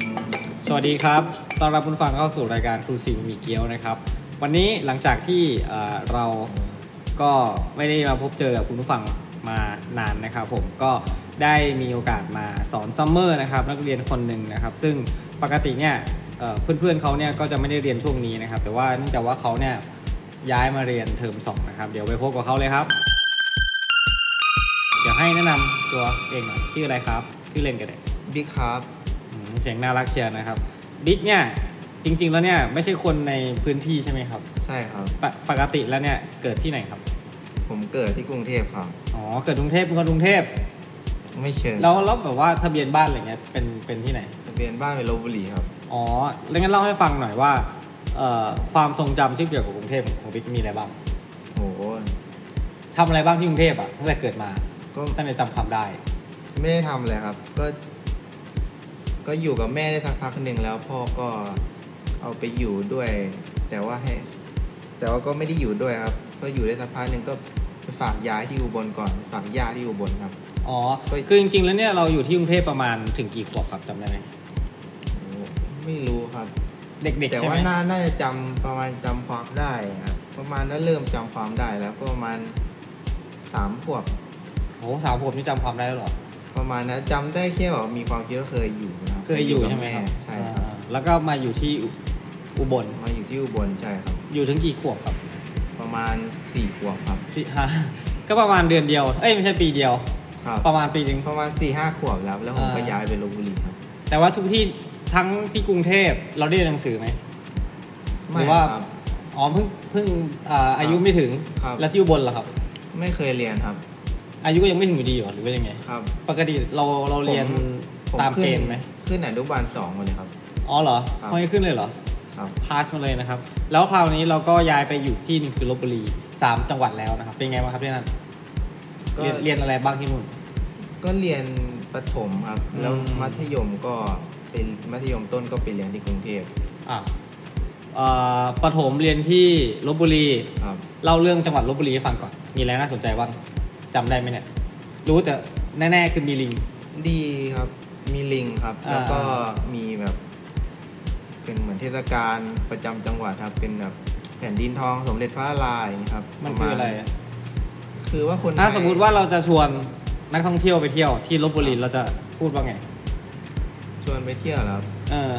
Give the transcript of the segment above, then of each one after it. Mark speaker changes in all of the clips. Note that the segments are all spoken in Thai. Speaker 1: ดีครับ ตอนรับคุณฟังเข้าสู่รายการครูซิวมีเกียวนะครับ วันนี้หลังจากที่เอ่อเราก็ไม่ได้มาพบเจอกับคุณผู้ฟังมานานนะครับผม ก็ได้มีโอกาสมาสอนซัมเมอร์นะครับนักเรียนคนหนึ่งนะครับ ซึ่งปกติเนี่ยเอ่อเพื่อนๆเขาเนี่ยก็จะไม่ได้เรียนช่วงนี้นะครับ แต่ว่าเนื่องจากว่าเขาเนี่ยย้ายมาเรียนเทอมสองนะครับ เดี๋ยวไปพบกับเขาเลยครับ เดี๋ยวให้แนะนำตัวเองหน่อยชื่ออะไรครับ ชื่อเล่นกันเลย
Speaker 2: บิ๊กครับ
Speaker 1: อืมเสียงน่ารักเชียร์นะครับบิ๊กเนี่ยจริง ๆ แล้วเนี่ยไม่ใช่คนในพื้นที่ใช่ไหมครับ
Speaker 2: ใช่ครับ
Speaker 1: ปปกติแล้วเนี่ยเกิดที่ไหนครับ
Speaker 2: ผมเกิดที่กรุงเทพครับ
Speaker 1: อ๋อเกิดกรุงเทพเป็นคนกรุงเทพ
Speaker 2: ไม่เชิง
Speaker 1: แล้วแล้วแบบว่าทะเบียนบ้านอะไรเงี้ยเป็นเป็นที่ไหน
Speaker 2: ทะเบียนบ้านเป็นลบบุรีครับ
Speaker 1: อ๋อแล้วงั้นเล่าให้ฟังหน่อยว่าเอ่อความทรงจำที่เกี่ยวกับกรุงเทพของบิ๊กมีอะไรบ้าง
Speaker 2: โห
Speaker 1: ทำอะไรบ้างที่กรุงเทพอะตั้งแต่เกิดมา
Speaker 2: ก็
Speaker 1: ตั้งแต่จำความได้
Speaker 2: ไม่ได้ทำเลยครับ ก็ ก็อยู่กับแม่ได้สักพักหนึ่งแล้วพ่อก็เอาไปอยู่ด้วย แต่ว่าให้ แต่ว่าก็ไม่ได้อยู่ด้วยครับ ก็อยู่ได้สักพักหนึ่งก็ไปฝากย้ายที่อุบลก่อน ฝากย่าที่อุบลครับ
Speaker 1: อ๋อ
Speaker 2: ก็
Speaker 1: คือจริง ๆ แล้วเนี่ยเราอยู่ที่กรุงเทพประมาณถึงกี่ขวบครับจำได้ไหม
Speaker 2: โหไม่รู้ครับ
Speaker 1: เด็ก
Speaker 2: แต่
Speaker 1: ๆใช่ไห
Speaker 2: ว่าม น่าน่าจะจำประมาณจำความได้ครับประมาณนั้นเริ่มจำความได้แล้วก็ประมาณสามขวบ
Speaker 1: โอ้โหสามขวบนี่จำความได้แล้วเหรอ
Speaker 2: ประมาณนะจำได้แค่ว่ามีความคิดว่าเคยอยู่นะรับ
Speaker 1: เคยอยู่ใช่ไหมครับ
Speaker 2: แใช่ครับ
Speaker 1: อ่าแล้วก็มาอยู่ที่อุอุบล
Speaker 2: มาอยู่ที่อุบลใช่ครับ
Speaker 1: อยู่ถึงกี่ขวบครับ
Speaker 2: ประมาณสี่ขวบครับ
Speaker 1: สี่ห้า ก็ประมาณเดือนเดียว เอ้ยไม่ใช่ปีเดียว
Speaker 2: ครับ
Speaker 1: ประมาณปีหนึ่ง
Speaker 2: ประมาณสี่ห้าขวบแล้ว แล้วผม
Speaker 1: อ่า
Speaker 2: ก็ย้ายไปลบบุรีครับ
Speaker 1: แต่ว่าทุกที่ทั้งที่กรุงเทพเราได้เรียนหนังสือไหม หรือว่า
Speaker 2: ครับ
Speaker 1: อ๋อเพิ่งเพิ่งอ่าอายุไม่ถึง
Speaker 2: ครับ
Speaker 1: แล้วที่อุบลล่ะครับ
Speaker 2: ไม่เคยเรียนครับ
Speaker 1: อายุก็ยังไม่ถึงอยู่ดีเหรอหรือว่ายังไง
Speaker 2: ครับ
Speaker 1: ปกติเราเราเรียน
Speaker 2: ผม
Speaker 1: ตาม
Speaker 2: ขึ้
Speaker 1: เกณฑ์ไหม
Speaker 2: ขึ้นอนุบาลสองมาเลยครับ
Speaker 1: อ๋อเหรอ
Speaker 2: ครับ
Speaker 1: ไม่ขึ้นเลยเหรอ
Speaker 2: ครับ
Speaker 1: พาสมาเลยนะครับ แล้วคราวนี้เราก็ย้ายไปอยู่ที่หนึงคือลบบุรีสามจังหวัดแล้วนะครับ เป็นไงบ้างครับที่นั่น
Speaker 2: ก็
Speaker 1: เรียนเรียนอะไรบ้างที่นู่น
Speaker 2: ก็เรียนประถมครับ
Speaker 1: อืม
Speaker 2: แล้วมัธยมก็เป็นมัธยมต้นก็ไปเรียนที่กรุงเทพ
Speaker 1: อ่ะเอ่อประถมเรียนที่ลบบุรี
Speaker 2: ครับ
Speaker 1: เล่าเรื่องจังหวัดลบบุรีให้ฟังก่อน มีอะไรน่าสนใจบ้างจำได้ไหมเนี่ย รู้แต่แน่ ๆ คือมีลิง
Speaker 2: ดีครับ มีลิงครับ
Speaker 1: อ่า
Speaker 2: แล้วก็มีแบบ เป็นเหมือนเทศกาลประจำจังหวัดครับ เป็นแบบแผ่นดินทองสมเด็จพระลายางงี้ครับ
Speaker 1: มัน
Speaker 2: ป
Speaker 1: คือ
Speaker 2: มาณ
Speaker 1: อะไรอะ
Speaker 2: คือว่าคน
Speaker 1: ถ้า
Speaker 2: ไทย
Speaker 1: สมมุติว่าเราจะชวนนักท่องเที่ยวไปเที่ยวที่ลบบุรีเราจะพูดว่าไง
Speaker 2: ชวนไปเที่ยวเหรอครับ
Speaker 1: เออ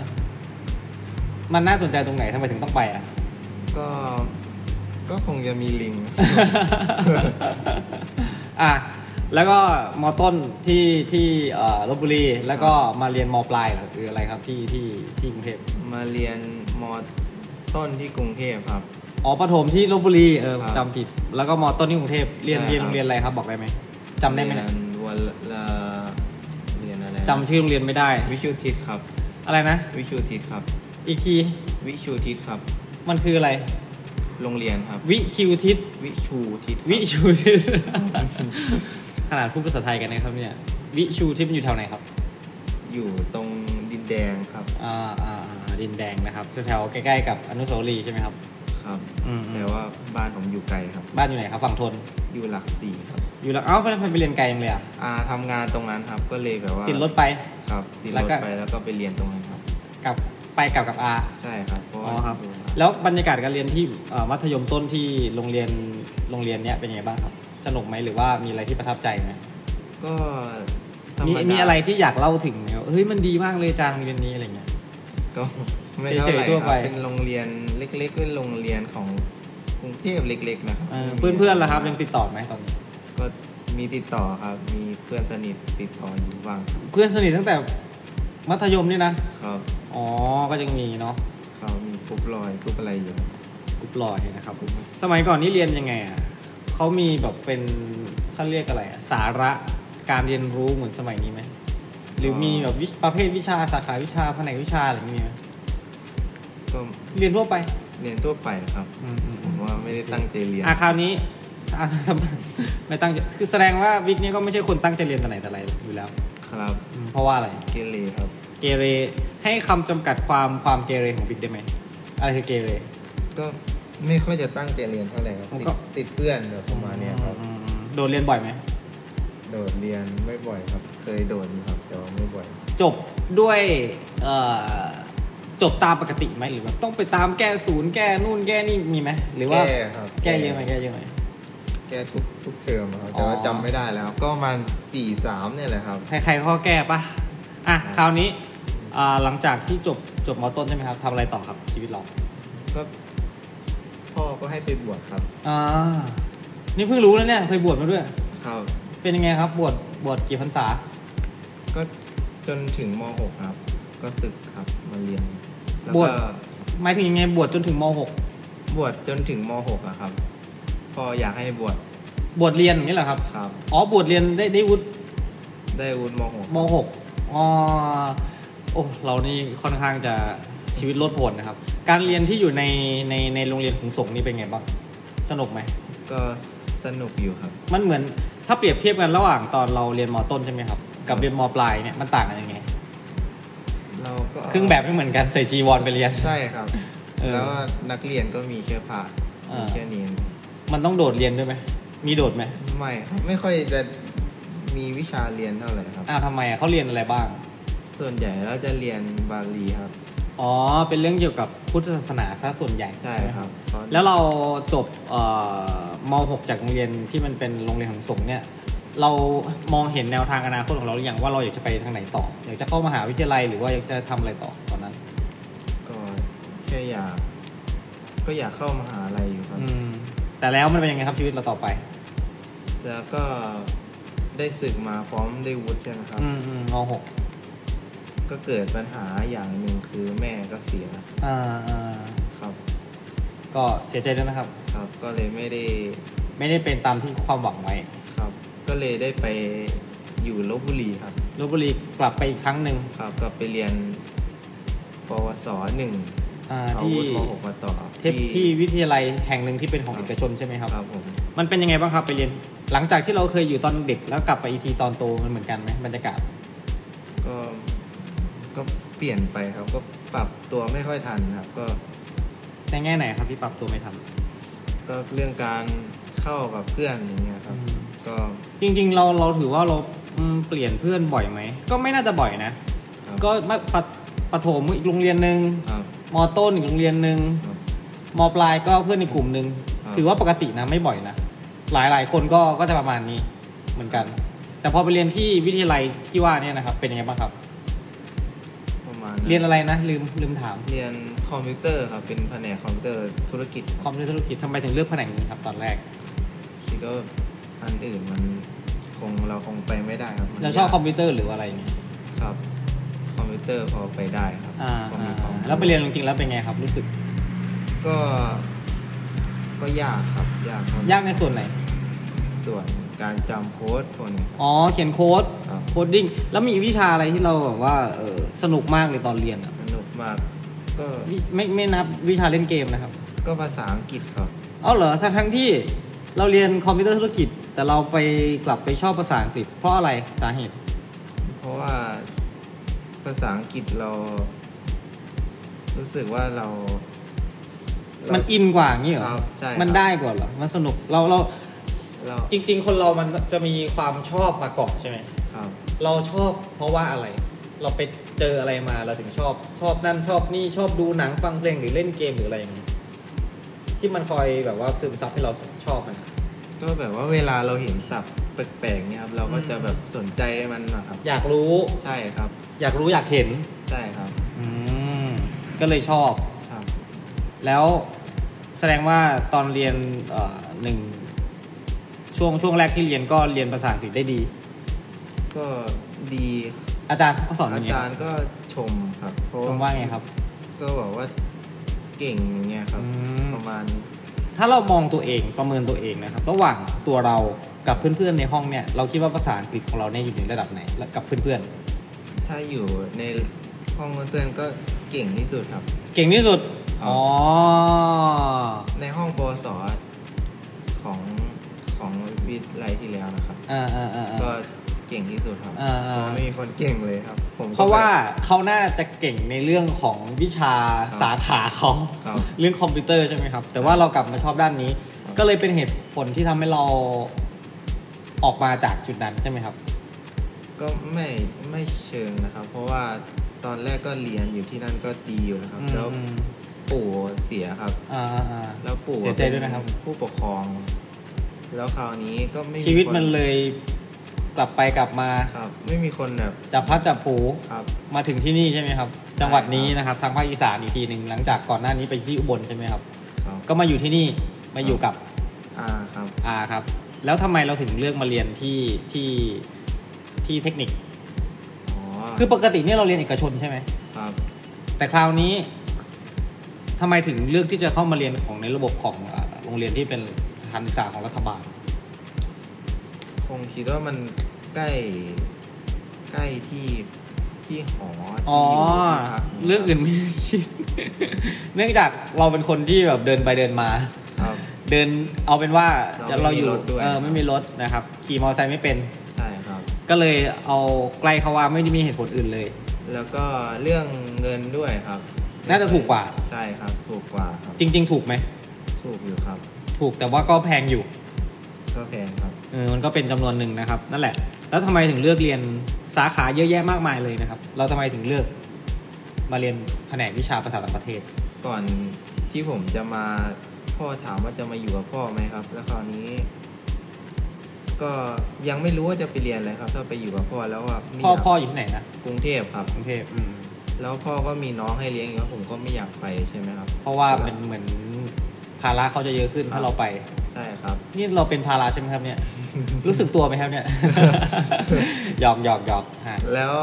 Speaker 1: มันน่าสนใจตรงไหนทำไมถึงต้องไปอ่ะ
Speaker 2: ก็ ก็คงจะมี ลิง
Speaker 1: อ่ะแล้วก็มต้นที่ที่เอ่อลบบุรี แล้วก็มาเรียนมปลายเหรอหรืออะไรครับที่ที่ที่กรุงเทพ
Speaker 2: มาเรียนมต้นที่กรุงเทพครับ
Speaker 1: อ๋อประถมที่ลบบุรีเออ
Speaker 2: ครับ
Speaker 1: จำผิด แล้วก็มอต้นที่กรุงเทพเรียน
Speaker 2: ใช่
Speaker 1: เรียนโรงเรีย
Speaker 2: ครับ
Speaker 1: นอะไรครับบอกได้ไหมจำได้ไหม
Speaker 2: เรี
Speaker 1: เนี่ยย
Speaker 2: นวันละเรียนอะไรนะ
Speaker 1: จำชื่อโรงเรียนไม่ได้
Speaker 2: วิชูทิศครับ
Speaker 1: อะไรนะ
Speaker 2: วิชูทิศครับ
Speaker 1: อีกที
Speaker 2: วิชูทิศครับ
Speaker 1: มันคืออะไร
Speaker 2: โรงเรียนครับ
Speaker 1: วิคิวทิศ
Speaker 2: วิชูทิศครับ
Speaker 1: วิชูทิศ ขนาดพูดภาษาไทยกันนะครับเนี่ย วิชูทิศมันอยู่แถวไหนครับ
Speaker 2: อยู่ตรงดินแดงครับ
Speaker 1: อ่าอ่าอ่าดินแดงนะครับแถวๆใกล้ๆกับอนุสาวรีย์ใช่ไหมครับ
Speaker 2: ครับ
Speaker 1: อืม
Speaker 2: แต่ว่าบ้านผมอยู่ไกลครับ
Speaker 1: บ้านอยู่ไหนครับฝั่งทน
Speaker 2: อยู่หลักสี่ครับ
Speaker 1: อยู่แล้วเอ้าทำไมไปเรียนไกลจังเลยอ่ะ
Speaker 2: อาทำงานตรงนั้นครับ ก็เลยแบบว่า
Speaker 1: ติดรถไป
Speaker 2: ครับติด
Speaker 1: แล้
Speaker 2: ร
Speaker 1: ว
Speaker 2: ถ
Speaker 1: ก็
Speaker 2: ไปแล้วก็ไปเรียนตรงนั้นครับ
Speaker 1: กลับไปกลับกับอา
Speaker 2: ใช่ครับเพราะ
Speaker 1: อ๋อ
Speaker 2: ว่า
Speaker 1: ครับ
Speaker 2: อยู่
Speaker 1: แล้วบรรยากาศการเรียนที่เอ่อมัธยมต้นที่โรงเรียนโรงเรียนเนี้ยเป็นยังไงบ้างครับ สนุกไหมหรือว่ามีอะไรที่ประทับใจไหม
Speaker 2: ก็ธ
Speaker 1: มี
Speaker 2: ดา
Speaker 1: มีอะไรที่อยากเล่าถึงไหมว่าเฮ้ยมันดีมากเลยอาจารย์โรงเรียนนี้อะไรเงี้ย
Speaker 2: ก็ ไม่เท่าไหร่
Speaker 1: เฉยๆทั่ว
Speaker 2: ค
Speaker 1: ไป
Speaker 2: รับเป็นโรงเรียนเล็กๆเป็นโรงเรียนของกรุงเทพเล็ก ๆ นะครับ
Speaker 1: เพื่อนเพื่อนๆล่ะครับยังติดต่อไหมตอนนี้
Speaker 2: ก็มีติดต่อครับ มีเพื่อนสนิทติดต่ออยู่บ้างครับ
Speaker 1: เพื่อนสนิทตั้งแต่มัธยมนี่นะครับ อ๋อก็ยังมีเนาะ
Speaker 2: เขามีกรุ๊ปลอยกรุ๊ปอะไรอยู่
Speaker 1: กรุ๊ปลอยนะครับสมัยก่อนนี่เรียนยังไงอ่ะเขามีแบบเป็นเขาเรียกอะไรอะสาระการเรียนรู้เหมือนสมัยนี้ไหมหรือมีแบบวิชประเภทวิชาสาขาวิชาแผนกวิชาอะไรอย่างเงี้ยมีไหม
Speaker 2: ก็
Speaker 1: เรียนทั่วไป
Speaker 2: เรียนทั่วไปครับ
Speaker 1: อืม
Speaker 2: ผมว่าไม่ได้ตั้งใจเรียน
Speaker 1: อ่ะคราวนี้ อ่ะไม่ตั้งใจคือแสดงว่าวิกนี่ก็ไม่ใช่คนตั้งใจเรียนแต่ไหนแต่ไรอยู่แล้ว
Speaker 2: ครับ
Speaker 1: อืมเพราะว่าอะไร
Speaker 2: เกเรครับ
Speaker 1: เกเรให้คำจำกัดความความเกเรของวิกได้ไหมอะไรคือเกเร
Speaker 2: ก็ไม่ค่อยจะตั้งใจเรียนเท่าไหร่ครับ
Speaker 1: ผม
Speaker 2: ติด
Speaker 1: ก็
Speaker 2: ติดเพื่อนแบบประมาณเนี้ยครับ
Speaker 1: อืมโดนเรียนบ่อยไหม
Speaker 2: โดดเรียนไม่บ่อยครับ เคยโดดอยู่ครับแต่ว่าไม่บ่อย
Speaker 1: จบด้วยเอ่อ จบตามปกติไหมหรือแบบต้องไปตามแก้ศูนย์แก้นู่นแก้นี่มีไหมหรือว่า
Speaker 2: แก้ครับ
Speaker 1: แก้เยอะไหมแก้เยอะไหม
Speaker 2: แก้ทุกทุกเทอมครับแต่ว่า
Speaker 1: อ๋อ
Speaker 2: จำไม่ได้แล้วครับก็ประมาณสี่สามเนี่ยแหละครับ
Speaker 1: ใครๆก็แก้ปะอ่ะคราวนี้อ่าหลังจากที่จบจบมต้นใช่ไหมครับทำอะไรต่อครับชีวิตเรา
Speaker 2: ก็พ่อก็ให้ไปบวชครับ
Speaker 1: อ่านี่เพิ่งรู้แล้วเนี่ยเคยบวชมาด้วย
Speaker 2: ครับ
Speaker 1: เป็นยังไงครับบวชบวชกี่พรรษา
Speaker 2: ก็จนถึงม .6 ครับ ก็ศึกครับมาเรียนแล้ว
Speaker 1: บวช
Speaker 2: ก็
Speaker 1: หมายถึงยังไงบวชจนถึงมหก
Speaker 2: บวชจนถึงม .6 อะครับ พ่ออยากให้บวช
Speaker 1: บวชเรียนอย่างนี้เหรอครับ
Speaker 2: ครับ
Speaker 1: อ๋อบวชเรียนได้ได้วุฒิ
Speaker 2: ได้วุฒิม .6
Speaker 1: มหกอ๋อโอ้ เรานี่ค่อนข้างจะชีวิตโลดโผนนะครับ การเรียนที่อยู่ในในในโรงเรียนของสงฆ์นี่เป็นไงบ้าง สนุกไหม
Speaker 2: ก็สนุกอยู่ครับ
Speaker 1: มันเหมือนถ้าเปรียบเทียบกันระหว่างตอนเราเรียนมต้นใช่ไหมครับ กับเรียนมปลายเนี่ยมันต่างกันยังไง
Speaker 2: เราก็
Speaker 1: เครื่องแบบไม่เหมือนกันใส่จีวรไปเรียน
Speaker 2: ใช่ครับ
Speaker 1: เออ
Speaker 2: แล้วก็นักเรียนก็มีแค่ผ่า
Speaker 1: อ่ามี
Speaker 2: มีแค่นี้
Speaker 1: มันต้องโดดเรียนด้วยไหม มีโดดไหม
Speaker 2: ไม่ครับไม่ค่อยจะมีวิชาเรียนเท่าไหร่ครับ
Speaker 1: อ้าวทำไมอ่ะเขาเรียนอะไรบ้าง
Speaker 2: ส่วนใหญ่เราจะเรียนบาลีครับ
Speaker 1: อ๋อ เป็นเรื่องเกี่ยวกับพุทธศาสนาซะส่วนใหญ่
Speaker 2: ใช่
Speaker 1: ไหม
Speaker 2: ครับ
Speaker 1: แล้วเราจบเอ่อม .6 จากโรงเรียนที่มันเป็นโรงเรียนของสงฆ์เนี่ย เรามองเห็นแนวทางอนาคตของเราหรือยังว่าเราอยากจะไปทางไหนต่อ อยากจะเข้ามหาวิทยาลัยหรือว่าอยากจะทำอะไรต่อตอนนั้น
Speaker 2: ก็แค่อยาก ก็อยากเข้ามหาลัยอยู่ครับ
Speaker 1: อืม แต่แล้วมันเป็นยังไงครับชีวิตเราต่อไป
Speaker 2: แล้วก็ได้ศึกมาพร้อมได้วุฒิใช่ไหมครับ
Speaker 1: อืมอืมม
Speaker 2: ก็เกิดปัญหาอย่างหนึ่งคือแม่ก็เสีย
Speaker 1: .6 อ่าอ่า
Speaker 2: ครับ
Speaker 1: ก็เสียใจด้วยนะครับ
Speaker 2: ครับ ก็เลยไม่ได้
Speaker 1: ไม่ได้เป็นตามที่ความหวังไว้
Speaker 2: ครับ ก็เลยได้ไปอยู่ลบบุรีครับ
Speaker 1: ลบบุรีกลับไปอีกครั้งหนึ่ง
Speaker 2: ครับก็ไปเรียนปวสหนึ่ง
Speaker 1: อ่า
Speaker 2: เอา
Speaker 1: ที่
Speaker 2: วุฒิมหกมาต่อ
Speaker 1: ที่ที่วิทยาลัยแห่งหนึ่งที่เป็นของเอกชนใช่ไหมครับ
Speaker 2: ครับผม
Speaker 1: มันเป็นยังไงบ้างครับไปเรียน หลังจากที่เราเคยอยู่ตอนเด็กแล้วกลับไปอีกทีตอนโตมันเหมือนกันไหมบรรยากาศ
Speaker 2: ก็ก็เปลี่ยนไปครับ ก็ปรับตัวไม่ค่อยทันครับ ก็
Speaker 1: ในแง่ไหนครับที่ปรับตัวไม่ทัน
Speaker 2: ก็เรื่องการเข้ากับเพื่อนอย่างเงี้ยครับ
Speaker 1: อืม
Speaker 2: ก็
Speaker 1: จริง ๆ เราเราถือว่าเราอืมเปลี่ยนเพื่อนบ่อยไหม ก็ไม่น่าจะบ่อยนะ
Speaker 2: ครับ
Speaker 1: ก็มาปะประถมอีกโรงเรียนหนึ่ง
Speaker 2: ครับ
Speaker 1: มต้นอีกโรงเรียนหนึ่ง
Speaker 2: ครับ
Speaker 1: มปลายก็เพื่อนในกลุ่มหนึ่ง
Speaker 2: ครับ
Speaker 1: ถือว่าปกตินะไม่บ่อยนะหลายหลายๆคนก็ก็จะประมาณนี้เหมือนกัน แต่พอไปเรียนที่วิทยาลัยที่ว่าเนี่ยนะครับเป็นยังไงบ้างครับ
Speaker 2: ประมาณ
Speaker 1: เรียนอะไรนะลืมลืมถาม
Speaker 2: เรียนคอมพิวเตอร์ครับ เป็นแผนกคอมพิวเตอร์ธุรกิจ
Speaker 1: ความรู้ธุรกิจทำไมถึงเลือกแผนกนี้ครับตอนแรก
Speaker 2: คิดว่าอันอื่นมันคงเราคงไปไม่ได้ครับน
Speaker 1: เราชอบ
Speaker 2: ยก
Speaker 1: คอมพิวเตอร์หรืออะไรอย่างเงี้ย
Speaker 2: ครับ คอมพิวเตอร์พอไปได้ครับ
Speaker 1: อ่า
Speaker 2: พอมีความรู้
Speaker 1: แล้วไปเรียนจริงๆแล้วเป็นไงครับ รู้สึก
Speaker 2: ก็ ก็ยากครับ ยากครับ
Speaker 1: ยากในส่วนไหน
Speaker 2: ส่วนการจำโค้ดพวกนี้ครับ
Speaker 1: อ๋อ เขียนโค้ด
Speaker 2: ครับ
Speaker 1: โคดดิ้งแล้วมีวิชาอะไรที่เราแบบว่าเออสนุกมากเลยตอนเรียนอะ
Speaker 2: สนุกมาก ก็
Speaker 1: วิไม่ไม่นับวิชาเล่นเกมนะครับ
Speaker 2: ก็ภาษาอังกฤษครับ
Speaker 1: เอาเหรอทั้งทั้งที่เราเรียนคอมพิวเตอร์ธุรกิจ แต่เราไปกลับไปชอบภาษาอังกฤษ เพราะอะไรสาเหตุ
Speaker 2: เพราะว่าภาษาอังกฤษเรา รู้สึกว่าเรา มั
Speaker 1: มันอินกว่าอย่างนี้เหรอ
Speaker 2: ครับใช่
Speaker 1: มัน
Speaker 2: ครับ
Speaker 1: ได้กว่าเหรอมันสนุกเราเรา
Speaker 2: เรา
Speaker 1: จริง ๆ คนเรามันจะมีความชอบมาก่อนใช่ไหม
Speaker 2: ครับ
Speaker 1: เราชอบเพราะว่าอะไร เราไปเจออะไรมาเราถึงชอบ ชอบนั่นชอบนี่ชอบดูหนังฟังเพลงหรือเล่นเกมหรืออะไรอย่างเงี้ยที่มันคอยแบบว่าซึมซับให้เราชอบมันอะ
Speaker 2: ก็แบบว่าเวลาเราเห็นศัพท์แปลกๆเนี่ยครับ เราก็
Speaker 1: อืม
Speaker 2: จะแบบสนใจมันนะครับ
Speaker 1: อยากรู้
Speaker 2: ใช่ครับ
Speaker 1: อยากรู้อยากเห็น
Speaker 2: ใช่ครับ
Speaker 1: อืม ก็เลยชอบ
Speaker 2: ครับ
Speaker 1: แล้วแสดงว่าตอนเรียนเอ่อหนึ่งช่วงช่วงแรกที่เรียนก็เรียนภาษาอังกฤษได้ดี
Speaker 2: ก็ดี
Speaker 1: อาจารย์เขาสอน
Speaker 2: อา
Speaker 1: ยังไง
Speaker 2: จารย์ก็ชมครับเพระ
Speaker 1: ชมว่าไงครับ
Speaker 2: ก็บอกว่าเก่งอย่างเงี้ยครับ
Speaker 1: อืม
Speaker 2: ประมาณ
Speaker 1: ถ้าเรามองตัวเองประเมินตัวเองนะครับ ระหว่างตัวเรากับเพื่อนๆในห้องเนี่ย เราคิดว่าภาษาอังกฤษของเราเนี่ยอยู่ในระดับไหนและกับเพื่อน
Speaker 2: ถ้าอยู่ในห้องเพื่อนๆก็เก่งที่สุดครับ
Speaker 1: ๆ เก่งที่สุด
Speaker 2: ครับ
Speaker 1: อ๋อ
Speaker 2: ในห้องปวสของของวิทยาลัยที่แล้วนะครับ
Speaker 1: อ่าอ่าอ่าอ่า
Speaker 2: ก็เก่งที่สุดครับ
Speaker 1: อ่าอ่า
Speaker 2: ไม่มีคนเก่งเลยครับ ผมก็
Speaker 1: เพราะว่า
Speaker 2: แบบ
Speaker 1: เขาน่าจะเก่งในเรื่องของวิชา
Speaker 2: ครับ
Speaker 1: สาขาเขา
Speaker 2: ครับ
Speaker 1: เรื่องคอมพิวเตอร์ใช่ไหมครับ แต่ว่าเรากลับมาชอบด้านนี้ ก็เลยเป็นเหตุผลที่ทำให้เราออกมาจากจุดนั้นใช่ไหมครับ
Speaker 2: ก็ไม่ไม่เชิงนะครับ เพราะว่า ตอนแรกก็เรียนอยู่ที่นั่นก็ดีอยู่นะครับ แล้ว
Speaker 1: อืม
Speaker 2: ปู่เสียครับ
Speaker 1: อ่าอ่า
Speaker 2: แล้วปู่
Speaker 1: เสียใจด้วยนะครับ
Speaker 2: เป็นผู้ปกครอง แล้วคราวนี้ก็ไม่
Speaker 1: ชีวิต
Speaker 2: ค
Speaker 1: มันเลยกลับไปกลับมา
Speaker 2: ครับ ไม่มีคนแบบ
Speaker 1: จับพัดจับผู
Speaker 2: ครับ
Speaker 1: มาถึงที่นี่ใช่ไหมครับ จังหวัดนี้
Speaker 2: ครับ
Speaker 1: นะครับ ทางภาคอีสานอีกทีหนึ่งหลังจากก่อนหน้านี้ไปที่อุบลใช่ไหมครับ
Speaker 2: ครับ
Speaker 1: ก็มาอยู่ที่นี่มาอยู่กับ
Speaker 2: อ่าครับ
Speaker 1: อาครับ แล้วทำไมเราถึงเลือกมาเรียนที่ที่ที่เทคนิค
Speaker 2: อ๋อ
Speaker 1: คือปกติเนี่ยเราเรียนเอกชนใช่ไหม
Speaker 2: ครับ
Speaker 1: แต่คราวนี้ทำไมถึงเลือกที่จะเข้ามาเรียนของในระบบของอ่าโรงเรียนที่เป็นสถานศึกษาของรัฐบาล
Speaker 2: คงคิดว่ามันใกล้ใกล้ที่ที่หอที่
Speaker 1: อ๋อ
Speaker 2: ยู่ที่พัก
Speaker 1: เรื่องอื่นไม่ได้คิด เนื่องจากเราเป็นคนที่แบบเดินไปเดินมา
Speaker 2: ครับ
Speaker 1: เดินเอาเป็นว่า
Speaker 2: เราไม่มีรถด้วย
Speaker 1: เออไม่มีรถนะครับ ขี่มอเตอร์ไซค์ไม่เป็น
Speaker 2: ใช่ครับ
Speaker 1: ก็เลยเอาใกล้เขาว่าไม่ได้มีเหตุผลอื่นเลย
Speaker 2: แล้วก็เรื่องเงินด้วยครับ
Speaker 1: น่าจะถูกกว่า
Speaker 2: ใช่ครับ ถูกกว่าครับ
Speaker 1: จริง ๆ ถูกไหม
Speaker 2: ถูกอยู่ครับ
Speaker 1: ถูกแต่ว่าก็แพงอยู่
Speaker 2: ก็แพงครับ
Speaker 1: เออมันก็เป็นจำนวนหนึ่งนะครับ นั่นแหละ แล้วทำไมถึงเลือกเรียนสาขาเยอะแยะมากมายเลยนะครับ เราทำไมถึงเลือก มาเรียนแผนกวิชาภาษาต่างประเทศ
Speaker 2: ก่อนที่ผมจะมาพ่อถามว่าจะมาอยู่กับพ่อไหมครับ แล้วคราวนี้ ก็ยังไม่รู้ว่าจะไปเรียนอะไรครับ ถ้าไปอยู่กับพ่อแล้วว่า
Speaker 1: พ่อย
Speaker 2: ไม่าก
Speaker 1: พ่ออยู่ที่ไหนนะ
Speaker 2: กรุงเทพครับ
Speaker 1: กรุงเทพอืม
Speaker 2: แล้วพ่อก็มีน้องให้เลี้ยงอยู่ครับผมก็ไม่อยากไปใช่ไหมครับ
Speaker 1: เพราะว่ามันเหมือนภาระเขาจะเยอะขึ้นถ้าเราไป
Speaker 2: ใช่ครับ
Speaker 1: นี่เราเป็นภาระใช่ไหมครับเนี่ย รู้สึกตัวไหมครับเนี่ย หยอกหยอกหยอกฮะ
Speaker 2: แล้ว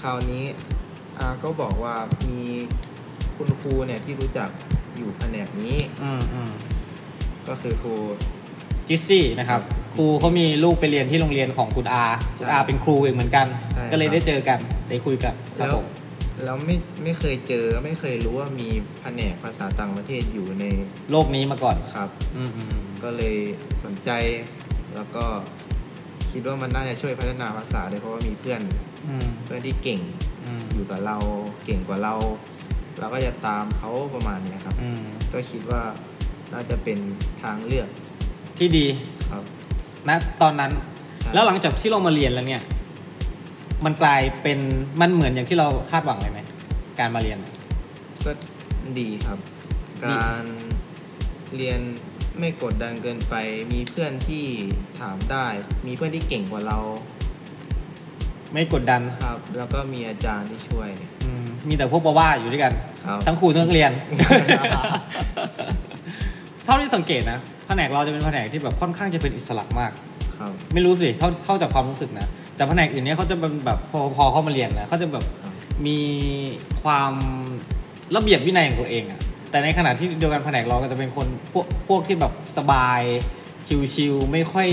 Speaker 2: คราวนี้อาก็บอกว่ามีคุณครูเนี่ยที่รู้จักอยู่แผนกนี้
Speaker 1: อืมอืม
Speaker 2: ก็คือครู
Speaker 1: จิสซี่นะครับ ครูเขามีลูกไปเรียนที่โรงเรียนของคุณอา
Speaker 2: ใช่
Speaker 1: คุณอาเป็นครูเองเหมือนกัน
Speaker 2: ใช่
Speaker 1: ก็เลย
Speaker 2: ครับ
Speaker 1: ได้เจอกันได้คุยกันครับ
Speaker 2: แล้ว
Speaker 1: ผม
Speaker 2: แล้วไม่ไม่เคยเจอไม่เคยรู้ว่ามีแผนกภาษาต่างประเทศอยู่ใน
Speaker 1: โลกนี้มาก่อน
Speaker 2: ครับ
Speaker 1: อืมอืม
Speaker 2: ก็เลยสนใจแล้วก็คิดว่ามันน่าจะช่วยพัฒนาภาษาด้วยเพราะว่ามีเพื่อน
Speaker 1: อืม
Speaker 2: เพื่อนที่เก่ง
Speaker 1: อืม
Speaker 2: อยู่กับเราเก่งกว่าเรา เราก็จะตามเขาประมาณเนี้ยครับ
Speaker 1: อืม
Speaker 2: ก็คิดว่าน่าจะเป็นทางเลือก
Speaker 1: ที่ดี
Speaker 2: ครับ
Speaker 1: นะตอนนั้น
Speaker 2: ใช่
Speaker 1: แล้วหลังจากที่เรามาเรียนแล้วเนี่ย มันกลายเป็นมันเหมือนอย่างที่เราคาดหวังเลยไหมการมาเรียน
Speaker 2: ก็ดีครับ
Speaker 1: ดี
Speaker 2: การเรียนไม่กดดันเกินไป มีเพื่อนที่ถามได้ มีเพื่อนที่เก่งกว่าเรา
Speaker 1: ไม่กดดัน
Speaker 2: ครับ แล้วก็มีอาจารย์ที่ช่วย
Speaker 1: อืมมีแต่พวกบ้าว่าอยู่ด้วยกัน
Speaker 2: ครับ
Speaker 1: ทั้งครูทั้งนักเรียน เท่าที่สังเกตนะ แผนกเราจะเป็นแผนกที่แบบค่อนข้างจะเป็นอิสระมาก
Speaker 2: ครับ
Speaker 1: ไม่รู้สิ เท่าเท่าจากความรู้สึกนะ แต่แผนกอื่นเนี่ยเขาจะเป็นแบบพอพอเข้ามาเรียนนะเขาจะแบบ
Speaker 2: ครับ
Speaker 1: มีความระเบียบวินัยของตัวเองอะแต่ในขณะที่เดียวกันแผนกเราก็จะเป็นคนพวกพวกที่แบบสบาย ชิลๆ ไม่ค่อย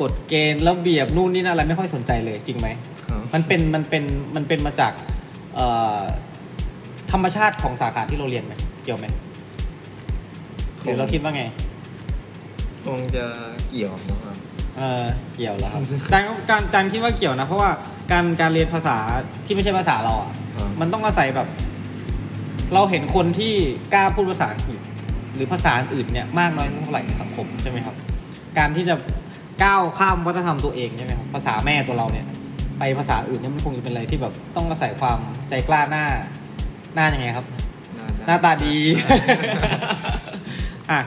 Speaker 1: กฎเกณฑ์ระเบียบนู่นนี่นั่นอะไรไม่ค่อยสนใจเลยจริงไหม
Speaker 2: ครับ
Speaker 1: มันเป็นมันเป็นมันเป็นมาจากเอ่อธรรมชาติของสาขาที่เราเรียนไหมเกี่ยวไหมหรือเราคิดว่าไง
Speaker 2: คงจะเกี่ยวนะครับ
Speaker 1: เออเกี่ยวแล้วครับ จานจานจานคิดว่าเกี่ยวนะ เพราะว่าการการเรียนภาษาที่ไม่ใช่ภาษาเราอ่ะ
Speaker 2: ครับ
Speaker 1: มันต้องอาศัยแบบ เราเห็นคนที่กล้าพูดภาษาอังกฤษหรือภาษาอื่นเนี่ยมากน้อยเท่าไหร่ในสังคมใช่ไหมครับ การที่จะก้าวข้ามวัฒนธรรมตัวเองใช่ไหมครับภาษาแม่ตัวเราเนี่ย ไปภาษาอื่นเนี่ยมันคงจะเป็นอะไรที่แบบต้องอาศัยความใจกล้าหน้าหน้ายังไงครับ หน้าตาดี อ่ะ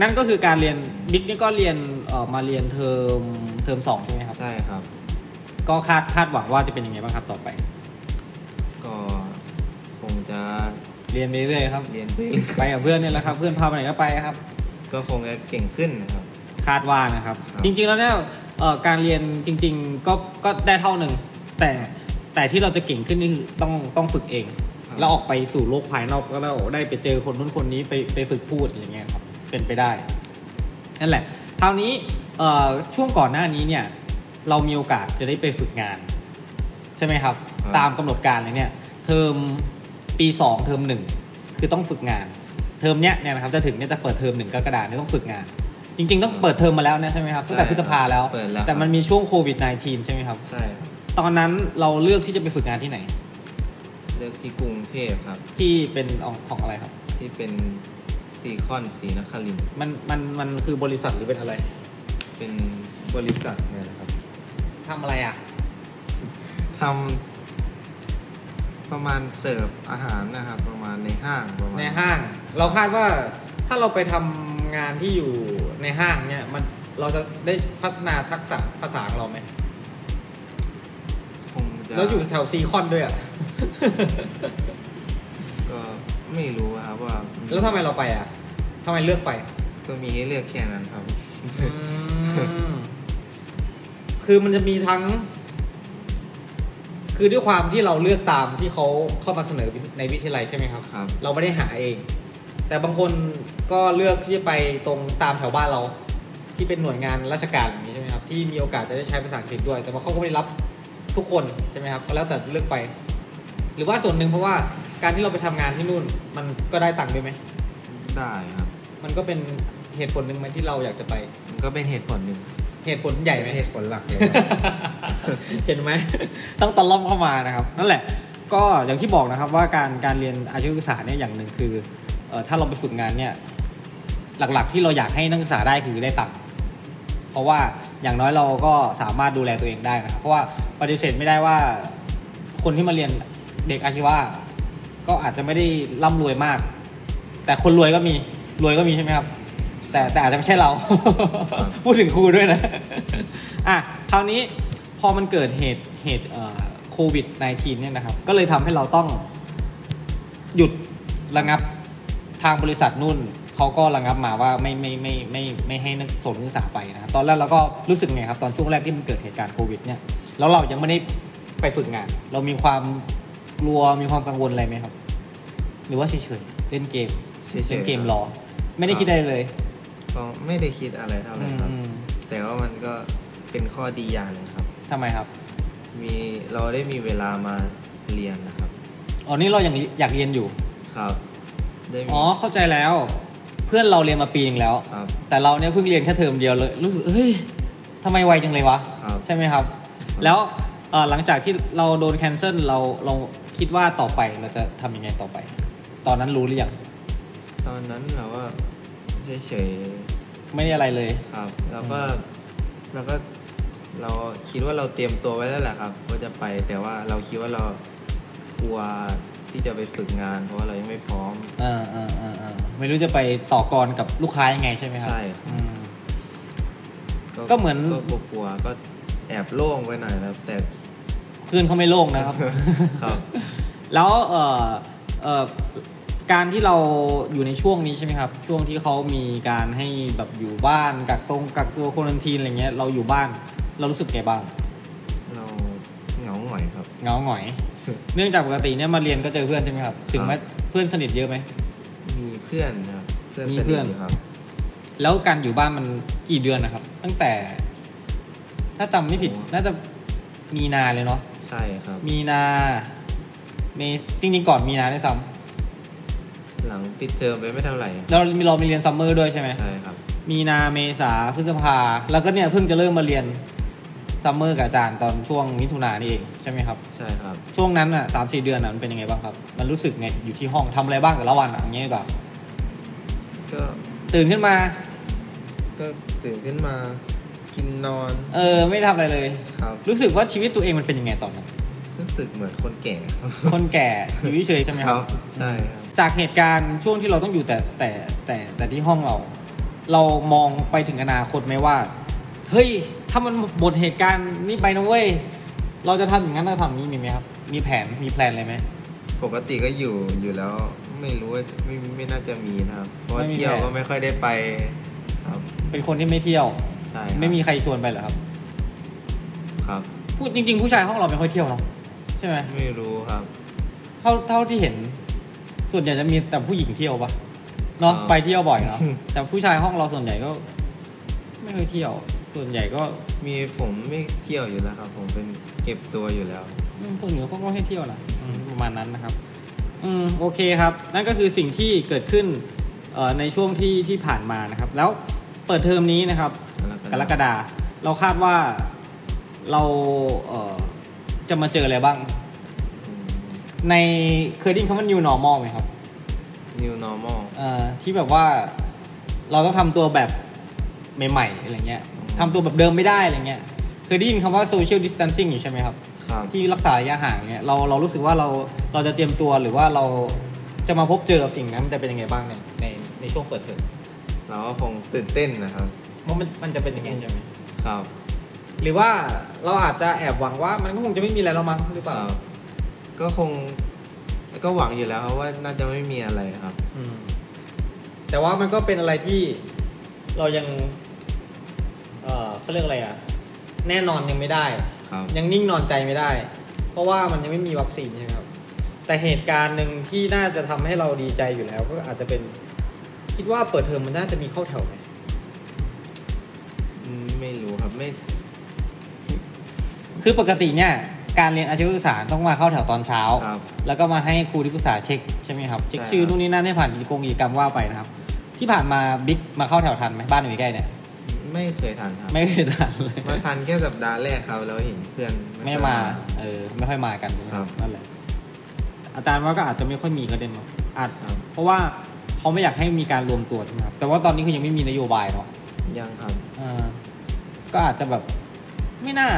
Speaker 1: นั่นก็คือการเรียนบิ๊กนี่ก็เรียนเอ่อมาเรียนเทอมเทอมสองใช่ไหมครับ
Speaker 2: ใช่ ครับ
Speaker 1: ก็คาดคาดหวังว่าจะเป็นยังไงบ้างครับต่อไป
Speaker 2: ก็คงจะ
Speaker 1: เรียนไปเรื่อยๆครับ
Speaker 2: เรียนไป
Speaker 1: ไปกับเพื่อนเนี่ยแหละครับ เพื่อนพาไปไหนก็ไปครับ
Speaker 2: ก็คงจะเก่งขึ้นนะครับ
Speaker 1: คาดว่านะครับ
Speaker 2: ครับ
Speaker 1: จริง ๆ แล้วเนี่ยเอ่อการเรียนจริง ๆ ก็ก็ได้เท่าหนึ่ง แต่แต่ที่เราจะเก่งขึ้นนี่คือต้องต้องฝึกเอง
Speaker 2: ครับ
Speaker 1: แล้วออกไปสู่โลกภายนอกแล้วเราได้ไปเจอคนนู้นคนนี้ไปไปฝึกพูดอะไรเงี้ยครับเป็นไปได้นั่นแหละคราวนี้เอ่อช่วงก่อนหน้านี้เนี่ย เรามีโอกาสจะได้ไปฝึกงาน ใช่ไหมครับ
Speaker 2: ครับ
Speaker 1: ตามกำหนดการเลยเนี่ย เทอมปี 2 เทอมหนึ่งคือต้องฝึกงาน เทอมเนี้ยเนี่ยนะครับจะถึงเนี่ยจะเปิดเทอมหนึ่งกรกฎาคมเนี่ยต้องฝึกงาน จริง ๆ ต้องเปิดเทอมมาแล้วนะใช่ไหมครับตั้งแต่พฤษภาแล้ว
Speaker 2: เปิดแล้วครับ
Speaker 1: แต่มันมีช่วงโควิด -19 ใช่ไหมครับ
Speaker 2: ใช่ครับ
Speaker 1: ตอนนั้นเราเลือกที่จะไปฝึกงานที่ไหน
Speaker 2: เลือกที่กรุงเทพครับ
Speaker 1: ที่เป็นของของอะไรครับ
Speaker 2: ที่เป็นซีคอนสีนครินทร์
Speaker 1: มันมันมันคือบริษัทหรือเป็นอะไร
Speaker 2: เป็นบริษัทเนี่ยนะครับ
Speaker 1: ทำอะไรอ่ะ
Speaker 2: ทำ ประมาณเสิร์ฟอาหารนะครับ ประมาณในห้างประมาณ
Speaker 3: ในห้าง เราคาดว่าถ้าเราไปทำงานที่อยู่ในห้างเนี่ยมันเราจะได้พัฒนาทักษะภาษาของเราไหม
Speaker 2: คงจะ
Speaker 3: เราอยู่แถวซีคอน ด้วยอะ
Speaker 2: ก็ไม่รู้ครับว่า
Speaker 3: แล้วทำไมเราไปอ่ะทำไมเลือกไป
Speaker 2: ก็มีให้เลือกแค่นั้นครับ
Speaker 3: อืมคือมันจะมีทั้ง คือด้วยความที่เราเลือกตามที่เขาเข้ามาเสนอในวิทยาลัยใช่ไหมครับ
Speaker 2: ครับ
Speaker 3: เราไม่ได้หาเอง แต่บางคนก็เลือกที่จะไปตรงตามแถวบ้านเรา ที่เป็นหน่วยงานราชการอย่างนี้ใช่ไหมครับ ที่มีโอกาสจะได้ใช้ภาษาอังกฤษด้วย แต่ว่าเขาก็ไม่ได้รับทุกคนใช่ไหมครับก็แล้วแต่เลือกไป หรือว่าส่วนหนึ่งเพราะว่าการที่เราไปทำงานที่นู่น มันก็ได้ตังค์ด้วยไหม
Speaker 2: ได้ครับ
Speaker 3: มันก็เป็นเหตุผลหนึ่งไหมที่เราอยากจะไป
Speaker 2: มันก็เป็นเหตุผลหนึ่ง
Speaker 3: เหตุผลใหญ่ไหม
Speaker 2: เป็นเหตุผลหลักเลย ครับ
Speaker 1: เห็นไหม ต้องตะล่อมเข้ามานะครับ นั่นแหละ ก็อย่างที่บอกนะครับว่าการการเรียนอาชีวศึกษาเนี่ยอย่างหนึ่งคือเอ่อถ้าเราไปฝึกงานเนี่ย หลักๆที่เราอยากให้นักศึกษาได้คือได้ตังค์เพราะว่าอย่างน้อยเราก็สามารถดูแลตัวเองได้นะครับ เพราะว่าปฏิเสธไม่ได้ว่า คนที่มาเรียนเด็กอาชีวะก็อาจจะไม่ได้ร่ำรวยมาก แต่คนรวยก็มีรวยก็มีใช่ไหมครับ แต่แต่อาจจะไม่ใช่เรา
Speaker 2: ครับ
Speaker 1: พูดถึงครูด้วยนะ อ่ะคราวนี้พอมันเกิดเหตุเหตุเอ่อโควิด -19 เนี่ยนะครับ ก็เลยทำให้เราต้อง หยุดระงับทางบริษัทนุ่นเขาก็ระงับมาว่าไม่ไม่ไม่ไม่ไม่ให้นักสนนักศึกษาไปนะครับ ตอนแรกเราก็รู้สึกไงครับ ตอนช่วงแรกที่มันเกิดเหตุการณ์โควิด เนี่ยแล้วเรายังไม่ได้ไปฝึกงาน เรามีความกลัวมีความกังวลอะไรไหมครับ หรือว่าเฉยๆเล่นเกม
Speaker 2: เฉยๆ
Speaker 1: เล่นเกม
Speaker 2: ครับ
Speaker 1: รอ ไม่ได้คิดอะไรเลย
Speaker 2: ก็ไม่ได้คิดอะไรเท่าไห
Speaker 1: อื
Speaker 2: ร่
Speaker 1: ม
Speaker 2: ครับ
Speaker 1: อืม
Speaker 2: แต่ว่ามันก็เป็นข้อดีอย่างหนึงครับ
Speaker 1: ทำไมครับ
Speaker 2: มีเราได้มีเวลามาเรียนนะครับ
Speaker 1: อ๋อนี่เรายังอยากเรียนอยู่
Speaker 2: ครับ ได้มี
Speaker 1: อ๋อเข้าใจแล้ว เพื่อนเราเรียนมาปีหนึงแล้ว
Speaker 2: ครับ
Speaker 1: แต่เราเนี่ยเพิ่งเรียนแค่เทอมเดียวเลย รู้สึกเฮ้ยทำไมไวจังเลยวะ
Speaker 2: ครับ
Speaker 1: ใช่ไหมครับ แล้วเอ่อหลังจากที่เราโดนแคนเซิลเราเราคิดว่าต่อไปเราจะทำยังไงต่อไป ตอนนั้นรู้หรือยัง
Speaker 2: ตอนนั้นเราก็เฉย
Speaker 1: ไม่ได้อะไรเลย
Speaker 2: ๆครับแล้วก็เราก็เราคิดว่าเราเตรียมตัวไว้แล้วแหละครับว่าจะไปแต่ว่าเราคิดว่าเรากลัวที่จะไปฝึกงาน เพราะว่าเรายังไม่พร้อม
Speaker 1: อ่าอ่าอ่าอ่าไม่รู้จะไปต่อกรกับลูกค้ายังไงใช่ไหมครับ
Speaker 2: ใช่
Speaker 1: อืม ก็เหมือน
Speaker 2: ก็กลัวๆก็แอบโล่งไว้หน่อยนะครับแต่
Speaker 1: เพื่อนเขาไม่โล่งนะครับ
Speaker 2: ครับ
Speaker 1: แล้วเอ่อเอ่อการที่เราอยู่ในช่วงนี้ใช่ไหมครับ ช่วงที่เขามีการให้แบบอยู่บ้านกักตรงกักตัวโควิดทีนอะไรเงี้ยเราอยู่บ้านเรารู้สึกไงบ้าง
Speaker 2: เราเหงาหงอยครับ
Speaker 1: เหงาหงอย เนื่องจากปกติเนี่ยมาเรียนก็เจอเพื่อนใช่ไหมครับ ถึงแม้เพื่อนสนิทเยอะไหม
Speaker 2: มีเพื่อนนะครับเพื่อน
Speaker 1: มี
Speaker 2: ส
Speaker 1: เพื่
Speaker 2: นิ
Speaker 1: อน
Speaker 2: ทครับ
Speaker 1: แล้วการอยู่บ้านมันกี่เดือนนะครับ ตั้งแต่ ถ้าจำไม่ผิด
Speaker 2: โอ้
Speaker 1: น่าจะมีนาเลยเนาะ
Speaker 2: ใช่ครับ
Speaker 1: มีนาเมจริงๆก่อนมีนาได้วยซ้
Speaker 2: หลังปิดเทอมไปไม่เท่าไหร่
Speaker 1: ำแล้วเรามีเรามีเรียนซัมเมอร์ด้วยใช่ไหม
Speaker 2: ใช่ครับ
Speaker 1: มีนาเมษาพฤษภา แล้วก็เนี่ยเพิ่งจะเริ่มมาเรียนซัมเมอร์กับอาจารย์ตอนช่วงมิถุนายนนี่เองใช่ไหมครับ
Speaker 2: ใช่ครับ
Speaker 1: ช่วงนั้นอ่ะสามสี่เดือนอ่ะมันเป็นยังไงบ้างครับ มันรู้สึกไงอยู่ที่ห้องทำอะไรบ้างแต่ละวันอ่ะอย่างเงี้ยดีกว่า
Speaker 2: ก็
Speaker 1: ตื่นขึ้นมา
Speaker 2: ก็ตื่นขึ้นมากินนอน
Speaker 1: เออไม่ได้ทำอะไรเลย
Speaker 2: ครับ
Speaker 1: รู้สึกว่าชีวิตตัวเองมันเป็นยังไงตอนนั้น
Speaker 2: รู้สึกเหมือนคนแก่ครับ
Speaker 1: คนแก่ อยู่เฉยๆใช่ไหม
Speaker 2: ค
Speaker 1: ค
Speaker 2: รั
Speaker 1: รับ
Speaker 2: บ ใช่ครับ
Speaker 1: จากเหตุการณ์ช่วงที่เราต้องอยู่แต่แต่แต่แต่ที่ห้องเรา เรามองไปถึงอนาคตไหมว่า เฮ้ย ถ้ามันหมดเหตุการณ์นี้ไปนะเว้ย เราจะทำอย่างนั้นเราทำอย่างนี้มีไหมครับ มีแผนมีแพลนอะไรไหม
Speaker 2: ปกติก็อยู่อยู่แล้ว ไม่รู้ว่าไม่ไม่น่าจะมีนะครับ เพราะว่า
Speaker 1: ไม่มี
Speaker 2: เที่ยว
Speaker 1: แผน
Speaker 2: ก็ไม่ค่อยได้ไปครับ
Speaker 1: เป็นคนที่ไม่เที่ยว
Speaker 2: ใช่ครับ
Speaker 1: ไม่มีใครชวนไปเหรอครับ
Speaker 2: ครับ
Speaker 1: พูดจริง ๆ ผู้ชายห้องเราไม่ค่อยเที่ยวเนาะใช่ไหม
Speaker 2: ไม่รู้ครับ
Speaker 1: เท่าเท่าที่เห็น ส่วนใหญ่จะมีแต่ผู้หญิงเที่ยวปะเนาะ
Speaker 2: อ่า
Speaker 1: ไปเที่ยวบ่อย เนาะแต่ผู้ชายห้องเราส่วนใหญ่ก็ ไม่ค่อยเที่ยว ส่วนใหญ่ก็
Speaker 2: มีผมไม่เที่ยวอยู่แล้วครับ ผมเป็นเก็บตัวอยู่แล้ว
Speaker 1: อืมคนอื่นเขาก็ให้เที่ยวนะอืมประมาณนั้นนะครับ อืมโอเคครับ นั่นก็คือสิ่งที่เกิดขึ้นเอ่อในช่วงที่ที่ผ่านมานะครับ แล้วเปิดเทอมนี้นะครับ กรกฎาเราคาดว่าเราเอ่อจะมาเจออะไรบ้าง ในเคยได้ยินคำว่า new normal ไหมครับ
Speaker 2: New normal
Speaker 1: เอ่อที่แบบว่าเราต้องทำตัวแบบใหม่ๆอะไรเงี้ยทำตัวแบบเดิมไม่ได้อะไรเงี้ยเคยได้ยินคำว่า social distancing อยู่ใช่ไหมครับ
Speaker 2: ค ครับ
Speaker 3: ที่รักษาระยะห่างเนี่ยเราเรารู้สึกว่าเราเราจะเตรียมตัวหรือว่าเราจะมาพบเจอกับสิ่งนั้นมันจะเป็นยังไงบ้างเนี่ยในในช่วงเปิดเทอม
Speaker 2: เราก็คงตื่นเต้นนะครับ
Speaker 3: ว่ามันมันจะเป็นยังไงใช่ไหม
Speaker 2: ครับ
Speaker 3: หรือว่าเราอาจจะแอบหวังว่ามันก็คงจะไม่มีอะไรแล้วมั้งหรือเป
Speaker 2: ค
Speaker 3: ล่า
Speaker 2: รับก็คง ก็หวังอยู่แล้วครับว่าน่าจะไม่มีอะไรครับ
Speaker 3: อืมแต่ว่ามันก็เป็นอะไรที่เรายังเออเขาเรียกอะไรอะแน่นอนยังไม่ได้
Speaker 2: ครับ
Speaker 3: ยังนิ่งนอนใจไม่ได้ เพราะว่ามันยังไม่มีวัคซีนใช่ไหมครับ แต่เหตุการณ์หนึ่งที่น่าจะทำให้เราดีใจอยู่แล้ว ก็อาจจะเป็นคิดว่าเปิดเทอมมันน่าจะมีเข้าแถวไหม
Speaker 2: อืมไม่รู้ครับ ไม่
Speaker 1: คือปกติเนี่ยการเรียนอาชีวศึกษาต้องมาเข้าแถวตอนเช้า
Speaker 2: ครับ
Speaker 1: แล้วก็มาให้ครูที่ปรึกษาเช็คใช่ไหมครับเช็ค
Speaker 2: ใช่
Speaker 1: ชื่อ
Speaker 2: ครับ
Speaker 1: นู่นนี่นั่นให้ผ่านกิจกรรมกิจกรรมว่าไปนะครับ ที่ผ่านมาบิ๊กมาเข้าแถวทันไหมบ้านอยู่ใกล้ๆเนี่ย
Speaker 2: ไม่เคยทันครับ
Speaker 1: ไม่เคยทันเลย
Speaker 2: มาทันแค่สัปดาห์แรกครับแล้วเห็นเพื่อน
Speaker 1: ไม่
Speaker 2: ค่อย
Speaker 1: มา เออ ไม่ค่อยมากันใช่ไหม
Speaker 2: ครับ
Speaker 1: นั่นแหละ อาจารย์ว่าก็อาจจะไม่ค่อยมีก็ได้มั้งอาจ
Speaker 2: ครับ
Speaker 1: เพราะว่าเขาไม่อยากให้มีการรวมตัวใช่ไหมครับ แต่ว่าตอนนี้คือยังไม่มีนโยบายเนาะ
Speaker 2: ยังครับ
Speaker 1: เออก็อาจจะแบบไม่น่า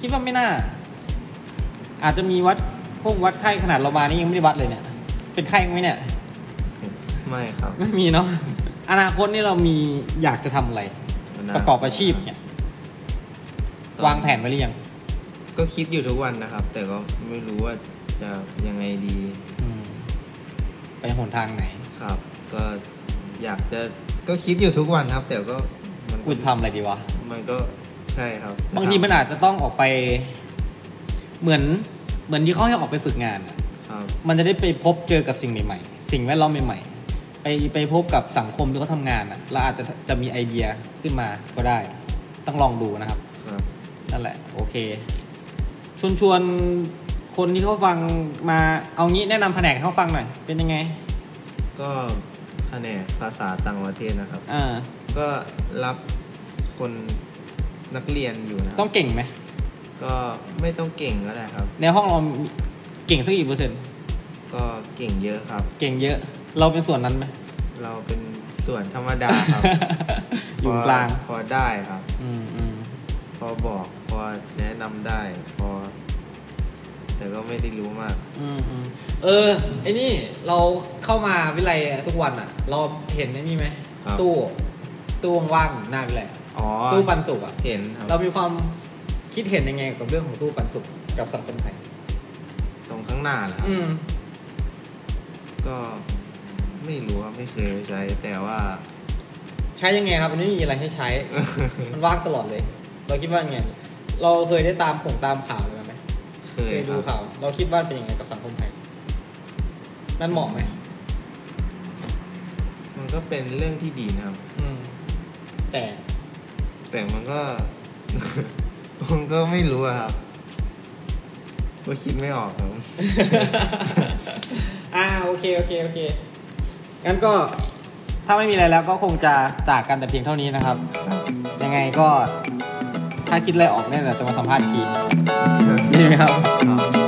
Speaker 1: คิดว่าไม่น่า อาจจะมีวัดโคงวัดไข้ขนาดเรามานี่ยังไม่ได้วัดเลยเนี่ย เป็นไข้ไหมเนี่ย
Speaker 2: ไม่ครับ
Speaker 1: ไม่มีเนาะ อนาคตนี่เรามีอยากจะทำอะไร ประกอบอาชีพเนี่ย
Speaker 2: ตอ
Speaker 1: วางแผนไว้หรือยัง
Speaker 2: ก็คิดอยู่ทุกวันนะครับ แต่ก็ไม่รู้ว่าจะยังไงดี
Speaker 1: อืม ไปหนทางไหน
Speaker 2: ครับ ก็อยากจะก็คิดอยู่ทุกวันครับ แต่ก็มัน
Speaker 1: กูจะทำอะไรดีวะ
Speaker 2: มันก็ใช่ครับ
Speaker 1: บางทีมันอาจจะต้องออกไป เหมือนเหมือนที่เขาให้ออกไปฝึกงานอะ
Speaker 2: ครับ
Speaker 1: มันจะได้ไปพบเจอกับสิ่งใหม่ๆ สิ่งแวดล้อมใหม่ๆ ไปไปพบกับสังคมที่เขาทำงานอะเราอาจจะจะมีไอเดียขึ้นมาก็ได้ ต้องลองดูนะครับ
Speaker 2: ครับ
Speaker 1: นั่นแหละ โอเค ชวนชวนคนที่เขาฟังมาเอางี้แนะนำแผนกให้เขาฟังหน่อย เป็นยังไง
Speaker 2: ก็แผนกภาษาต่างประเทศนะครับ
Speaker 1: อ่า
Speaker 2: ก็รับคนนักเรียนอยู่นะครั
Speaker 1: ต้องเก่งไหม
Speaker 2: ก็ไม่ต้องเก่งก็ได้ครับ
Speaker 1: ในห้องเรามีเก่งสักกี่เปอร์เซ็นต์
Speaker 2: ก็เก่งเยอะครับ
Speaker 1: เก่งเยอะ เราเป็นส่วนนั้นไหม
Speaker 2: เราเป็นส่วนธรรมดาครับ
Speaker 1: อยู่กลาง
Speaker 2: พอพอได้ครับ
Speaker 1: อืมอืม
Speaker 2: พอบอก พอแนะนำได้ พอ แต่ก็ไม่ได้รู้มาก
Speaker 3: อืมอืมเออไอ้นี่เราเข้ามาวิไลทุกวันอ่ะ เราเห็นไอ้นี่ไหม
Speaker 2: ครับ
Speaker 3: ตู้ตู้ว่างๆหน้าวิไลอะ
Speaker 2: อ๋อ
Speaker 3: ตู้ปันสุกอ่ะ
Speaker 2: เห็นครับ
Speaker 3: เรามีความคิดเห็นยังไงกับเรื่องของตู้ปันสุกกับสังคมไทย
Speaker 2: ตรงข้างหน้าเหรอครับ
Speaker 3: อืม
Speaker 2: ก็ไม่รู้ครับไม่เคยใช้ แต่ว่า
Speaker 3: ใช้ยังไงครับมันไม่มีอะไรให้ใช้ มันว่างตลอดเลย เราคิดว่ายังไง เราเคยได้ตามผงตามข่าวเลยไหม
Speaker 2: เค
Speaker 3: เค
Speaker 2: ย
Speaker 3: ยดู
Speaker 2: ครับ
Speaker 3: ข่าวเราคิดว่าเป็นยังไงกับสังคมไทยนั่นเหมาะไหม
Speaker 2: มันก็เป็นเรื่องที่ดีนะครับ
Speaker 3: อืม แต่
Speaker 2: แต่มันก็ มันก็ไม่รู้อะครับก็คิดไม่ออกครับ
Speaker 3: อ่าโอเคโอเคโอเค
Speaker 1: งั้นก็ถ้าไม่มีอะไรแล้วก็คงจะจากกันแต่เพียงเท่านี้นะครับ ยังไง ก็ถ้าคิดอะไรออกเนี่ยเดี๋ยวจะมาสัมภาษณ์อีกทีใช่ไหมครับ
Speaker 2: ครับ